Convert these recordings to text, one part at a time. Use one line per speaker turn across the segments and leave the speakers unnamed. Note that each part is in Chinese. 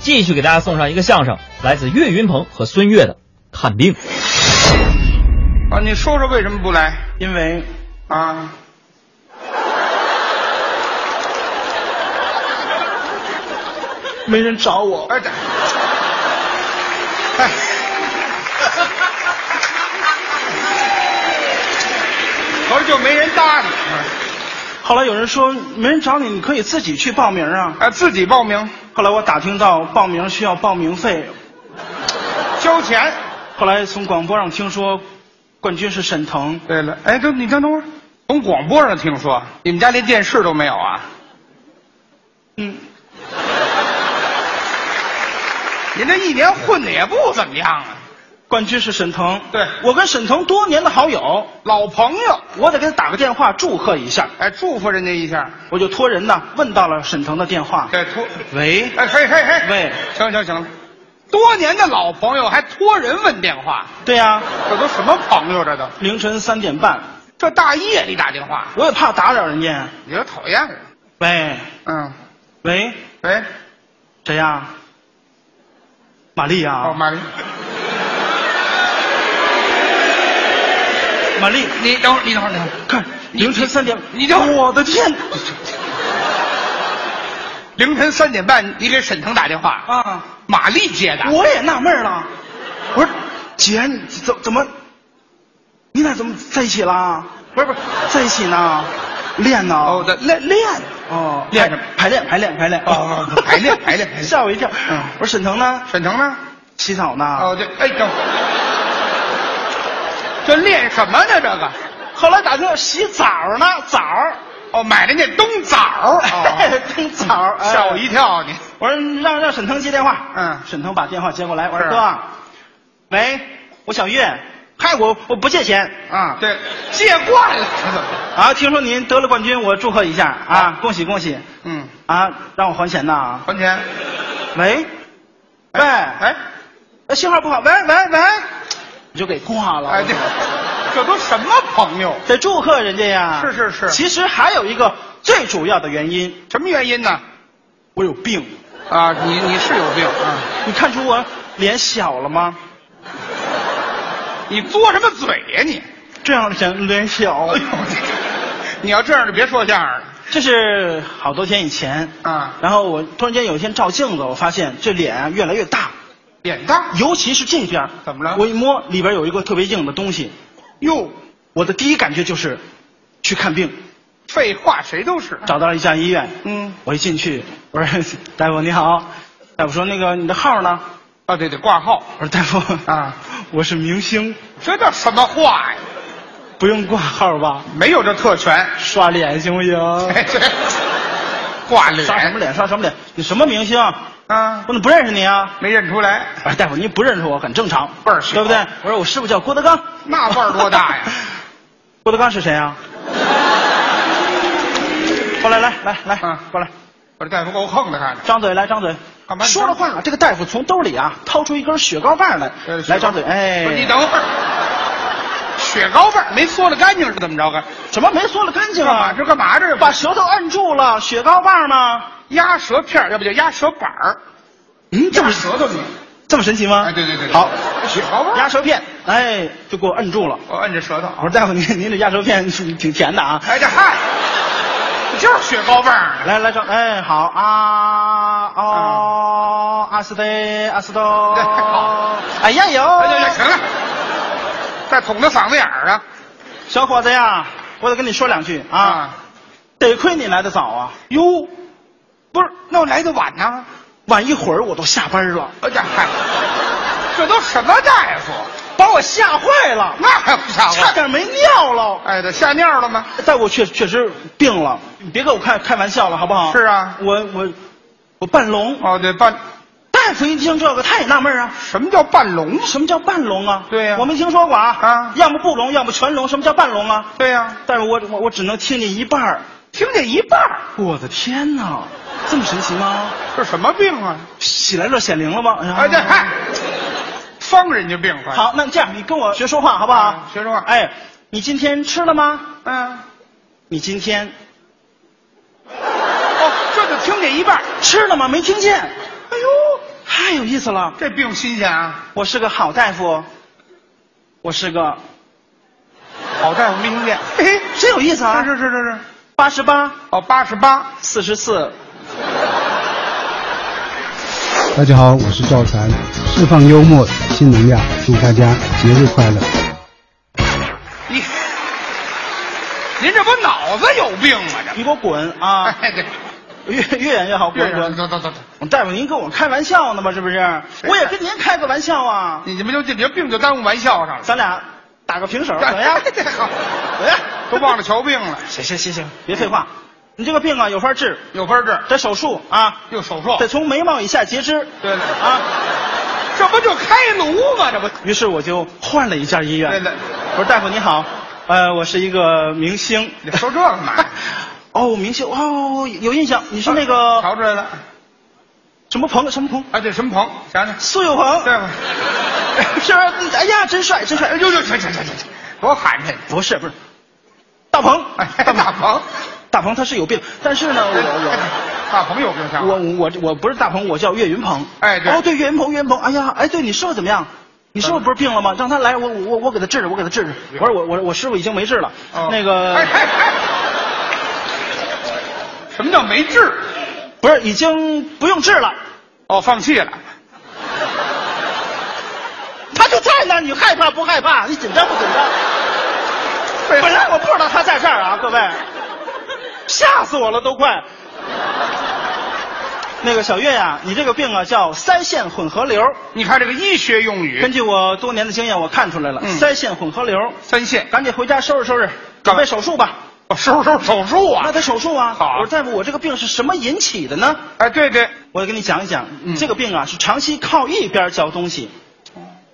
继续给大家送上一个相声，来自岳云鹏和孙越的《看病》。
啊，你说说为什么不来？
因为
啊，
没人找我。
哎，这哎， 合着就没人搭你
后来有人说没人找你，你可以自己去报名啊。
啊，自己报名
后来我打听到报名需要报名费，
交钱。
后来从广播上听说，冠军是沈腾。
对了，哎，等你等等会儿，从广播上听说你们家连电视都没有啊？
嗯，
你这一年混的也不怎么样啊，
冠军是沈腾。
对
我跟沈腾多年的好友，
老朋友，
我得给他打个电话祝贺一下。
哎，祝福人家一下。
我就托人呢问到了沈腾的电话。
这 托，
喂，
哎嘿嘿嘿，
喂，
行行行了，多年的老朋友还托人问电话，
对呀、
这都什么朋友这都？
凌晨三点半，
这大夜里打电话，
我也怕打扰人家。
你说讨厌人。
喂，
嗯，
喂，
喂，
谁呀？玛丽啊呀、
哦，马丽，
玛丽，
你等会儿，你等会儿，等会儿，
看
你
凌晨三点，
你等会儿
我的天！
凌晨三点半，你给沈腾打电话，
啊，
马丽接的。
我也纳闷了，我说姐，你怎怎么，你俩怎么在一起啦？
不是不是，
在一起呢？练呢？
哦对
练练哦，
练什么
排练排练排练
哦哦排练排练排练
吓我一跳。
嗯
我说沈腾呢？
沈腾呢？
洗澡呢？
哦，这哎等会儿，这练什么呢？这个
后来打听到洗澡呢，澡儿，
哦，买的那冬枣儿， 哦
跟澡儿，哎
吓我一跳你。
我说你让让沈腾接电话。
嗯
沈腾把电话接过来，我说
是
哥，喂，我小岳，嗨，我我不借钱啊。
嗯对，借惯了，这怎么？
啊，听说您得了冠军，我祝贺一下啊，恭喜恭喜
嗯，
啊，让我还钱呐。
还钱。
喂，喂，
哎
呃信号不好，喂喂喂，你就给挂了。
哎，这这都什么朋友？
得祝贺人家呀。
是是是
其实还有一个最主要的原因，
什么原因呢？
我有病。
啊，你你是有病啊！
你看出我脸小了吗？
你嘬什么嘴呀、你？
这样的人脸小
哎。呦，你要这样就别说相声了。
这是好多天以前
啊
然后我突然间有一天照镜子，我发现这脸越来越大，
脸大
尤其是这边。
怎么了
我一摸里边有一个特别硬的东西，
哟，
我的第一感觉就是去看病，
废话谁都是。
找到了一家医院。
嗯
我一进去，我说 大夫你好，大夫说那个你的号呢？
啊，对，得挂号，
我说大夫
啊，
我是明星，
这叫什么话呀？
不用挂号吧？
没有这特权。
刷脸 行不行？
哎， 对，挂脸
刷什么脸？刷什么脸？你什么明星？
啊
我？怎么不认识你啊？
没认出来，
我说大夫，您不认识我很正常，
辈儿小
对不对？我说我师傅叫郭德纲，
那腕儿多大呀？
郭德纲是 谁啊？过来，来来来，
啊
过来，
我这大夫够横的，看着。
张嘴来，张嘴。
干嘛
说着话，这个大夫从兜里啊掏出一根雪糕棒来
呃，
来张嘴，哎，
不是你等会儿，雪糕味儿没嗦了干净是怎么着？干
什么没嗦了干净
干嘛
啊？
这干嘛这
把舌头摁住了，雪糕棒呢？
压舌片儿，要不就压舌板儿，
嗯，这么
压舌头呢？
这么神奇吗？
哎，对对对，对
好，
雪糕味
压
儿，
舌片，哎，就给我摁住了。
我摁着舌头。
我说大夫， 您您这压舌片挺挺甜的啊。
哎，这嗨，就是雪糕味儿。啊
来来张，哎，好啊，哦，阿斯菲，阿斯多
对啊 好，
哎呀
哎，行行
呦，
行了，再捅他嗓子眼儿啊！
小伙子呀，我得跟你说两句啊，
啊，
得亏你来的早啊，
哟，不是，那我来的晚呢。
晚一会儿我都下班了，
哎呀，嗨，这都什么大夫？
把我吓坏了，
那还不吓
差
我？
点没尿了。
哎，这吓尿了吗？
但我确确实病了，你别跟我开开玩笑了，好不好？
是啊
我我我半聋。
哦，对，半
大夫一听这个，他也纳闷啊，
什么叫半聋？
什么叫半聋啊？
对呀
我没听说过啊。
啊
要么不聋，要么全聋，什么叫半聋啊？
对呀、
但是我我我只能听见一半儿。
听见一半儿，
我的天哪，这么神奇吗？
这什么病啊？
喜来乐显灵了吗？哎呀
哎，这嗨，方人家病快。，
好，那这样你跟我学说话好不好？
啊学说话
哎，你今天吃了吗？
嗯，
你今天
哦，这就听见一半儿。
吃了吗？没听见。
哎呦，
意思了。
这病新鲜啊！
我是个好大夫，我是个好大夫明星店，嘿嘿，真有意思啊！
是是是是是，
八十八，
哦，八十八，
四十四，
大家好，我是赵传，释放幽默新能量，祝大家节日快乐。
你，您这不脑子有病吗？这
你给我滚啊！
哎对，
越越远越好，哎滚滚！
走走走走，
我大夫，您跟我开玩笑呢吗？是不是？我也跟您开个玩笑啊，
你们就这这病就耽误玩笑上了。
咱俩打个平手，怎么样？
这好，
怎么样？
都忘了瞧病了，
行行行行，别废话，你这个病啊有法治，
有分治，
得手术啊，
又手术，
得从眉毛以下截肢。
哦对了
啊，
这不就开颅吗？这不，
于是我就换了一家医院。
对了
我说大夫你好，呃，我是一个明星。
你说这啊干嘛？
哦，明星哦，有印象， 你是那 个
瞧出来了，
什么鹏什么鹏，
哎，对，什么鹏？想想，
苏有朋，
对吧？
是不是？哎呀，真帅，真帅！
哎呦呦，行行行行行，多寒碜！
不是不是，大鹏，
哎，大鹏，哎
大鹏他是有病，但是呢，我
大鹏有病
我
像
我我我不是大鹏，我叫岳云鹏。
啊哎对嗯
哦对，岳云鹏，岳云鹏，哎呀，哎对，你师傅怎么样？你师傅不是病了吗？让他来，我我我我给他治治，我给他治治。我说我我我师傅已经没治了，
哦
那个、
哎哎哎，什么叫没治？
不是已经不用治了，
哦，放弃了。
他就在那儿，你害怕不害怕？你紧张不紧张？
对
本来我不知道他在这儿啊，各位，吓死我了都快。那个小岳呀、你这个病啊叫腮腺混合瘤。
你看这个医学用语
根，据我多年的经验，我看出来了，
嗯
腮腺混合瘤，
三线，
赶紧回家收拾收拾，
干
准
嘛
备手术吧。
哦，手手手术
那
啊！
得手术啊！
好啊
我说大夫，我这个病是什么引起的呢？
哎，对对，
我跟你讲一讲，
嗯
这个病啊是长期靠一边嚼东西，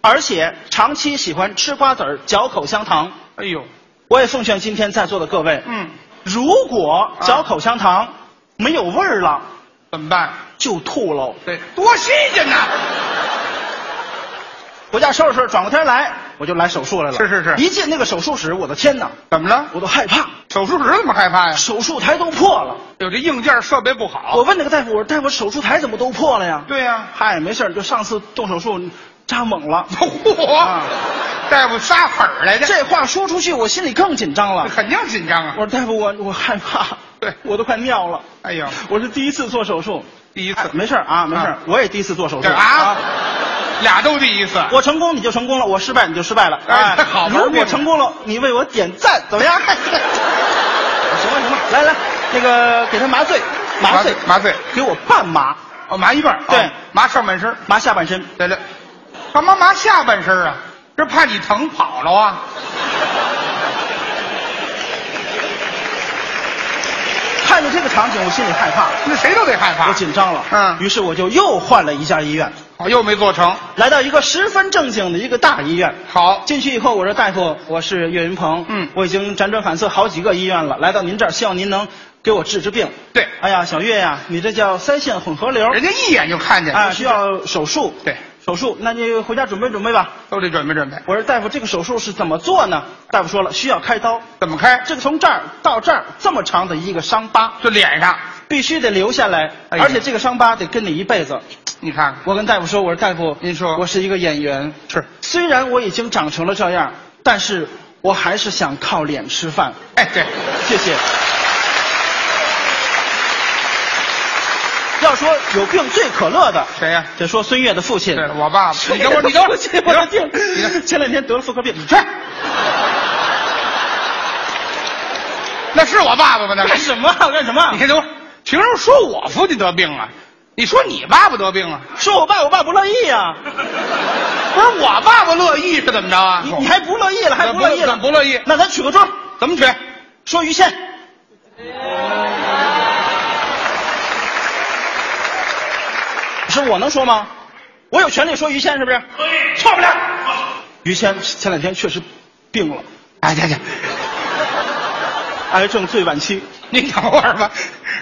而且长期喜欢吃瓜子儿、嚼口香糖。
哎呦，
我也奉劝今天在座的各位，
嗯，
如果嚼口香糖没有味儿了，
怎么办？
就吐喽。
对，多新鲜呐！
回家收拾收拾，转过天来我就来手术来了。
是是是
一进那个手术室，我的天哪，
怎么了？
我都害怕，
手术室怎么害怕呀？
手术台都破了。
有这硬件设备不好
我。问那个大夫，我说大夫，手术台怎么都破了呀？
对 呀、
嗨，没事儿，就上次动手术扎 猛了。
嚯、
啊
大夫撒粉儿来的，
这话说出去，我心里更紧张了。
肯定紧张
我
啊！
说大夫，我我害怕
对，
我都快尿 了。
哎呦，
我是第一次做手术，
第一
哎
次，
没事儿啊，没事儿
啊，
我也第一次做手术
这啊，俩都第一次。
我成功你就成功了，我失败你就失败了。
哎好玩命
如果成功了，你为我点赞，怎么 样？行了行了，来来，那个给他麻醉，
麻
麻醉
醉麻醉
给我半麻，
哦，麻一半儿，
对
哦麻上半身儿。
麻下半身。
对了，干嘛麻下半身儿啊？这怕你疼跑了啊？
看着这个场景，我心里害怕，
那谁都得害怕。
我紧张了。
嗯
于是我就又换了一家医院，
好，又没做成。
来到一个十分正经的一个大医院。
好，
进去以后，我说大夫，我是岳云鹏，
嗯
我已经辗转反侧好几个医院了，来到您这儿，希望您能给我治治病。
对
哎呀，小岳呀、你这叫腮腺混合瘤，
人家一眼就看见
啊，需要手术。
对，
手术，那你回家准备准备吧。
都得准备准备。
我说大夫，这个手术是怎么做呢？大夫说了，需要开刀，
怎么开？
这个从这儿到这儿这么长的一个伤疤，
就脸上，
必须得留下来，
哎呀
而且这个伤疤得跟你一辈子。
你看看，
我跟大夫说，我说大夫，
您说
我是一个演员，
是
虽然我已经长成了这样，但是我还是想靠脸吃饭。
哎，对，
谢谢。要说有病最可乐的，
谁呀
得说孙越的父亲。
对我爸爸。
孙
你
越
等会儿，
的
你等会儿，
父亲我的
你等会儿你等哎会
天，
儿
前两天得了妇科病，
去。那是我爸爸吗？那
干
是。
什么啊干什么啊
你？看，等会儿，凭什么说我父亲得病啊？你说你爸爸得病啊？
说我爸，我爸不乐意啊！
不是我爸爸乐意是怎么着啊？
你你还不乐意了，还不乐意
怎
了？
么不乐意？
那咱取个桌，
怎么取？
说于谦。是我能说吗？我有权利说于谦是不是？可以，错不 了。于谦前两天确实病了，
哎呀呀，
癌症最晚期，
您等会儿吧，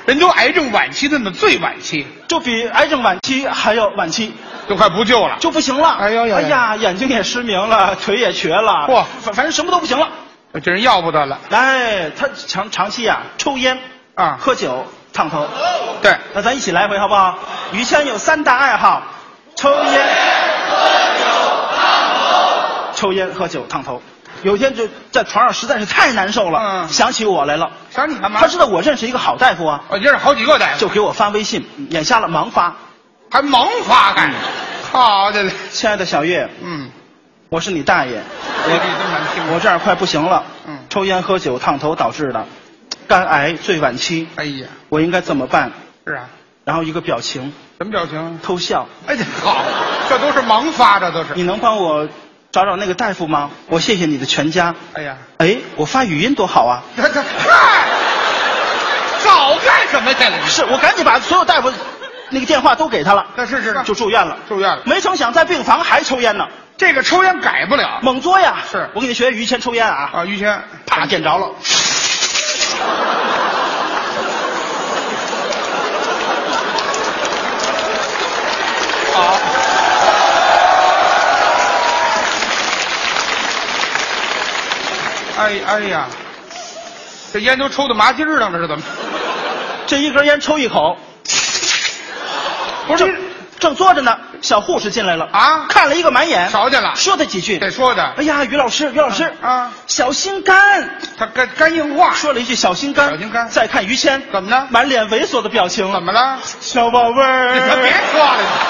人都癌症晚期的呢，最晚期
就比癌症晚期还要晚期，
都快不救了。
就不行了。
哎呦呦呦
哎呀，眼睛也失明了，腿也瘸了，
嚯
反反正什么都不行了。
这人要不得了
哎，他长长期啊抽烟
啊！
喝酒、烫头。
对，
那咱一起来回好不好？于谦有三大爱好：抽烟、抽烟、喝酒、烫头。有一天就在床上实在是太难受了，
嗯
想起我来了。
想你干嘛？
他知道我认识一个好大夫啊，
我这是好几个大夫，
就给我发微信，眼瞎了忙发。
还盲发干，
嗯
好的嘞，
亲爱的小月，
嗯，
我是你大爷，
我这真难听。
我这儿快不行了，
嗯
抽烟喝酒烫头导致的，肝癌最晚期，
哎呀，
我应该怎么办？
是啊，
然后一个表情，
什么表情？
偷笑。
哎，这好，这都是盲发，这都是。
你能帮我找找那个大夫吗？我谢谢你的全家。
哎呀，
哎，我发语音多好啊！
他他嗨，早干什么去了？
是我赶紧把所有大夫那个电话都给他了，
那是是
就住院了。
住院了。
没成想在病房还抽烟呢，
这个抽烟改不了
猛嘬呀！
是
我给你学于谦抽烟啊，
啊，于谦，
啪点着了，
好，哎哎呀，这烟都抽到麻筋儿上了，是怎么？
这一根烟抽一口，不是，正嘬着呢，小护士进来了
啊
看了一个满眼，
瞧见了，
说他几句，
得说的
哎，呀，于老师，于老师
啊
小心肝，
他肝肝硬化，
说了一句小心肝，
小心肝
再看于谦，
怎么呢
满脸猥琐的表情，
怎么了？
小宝贝
你
儿，
别说了。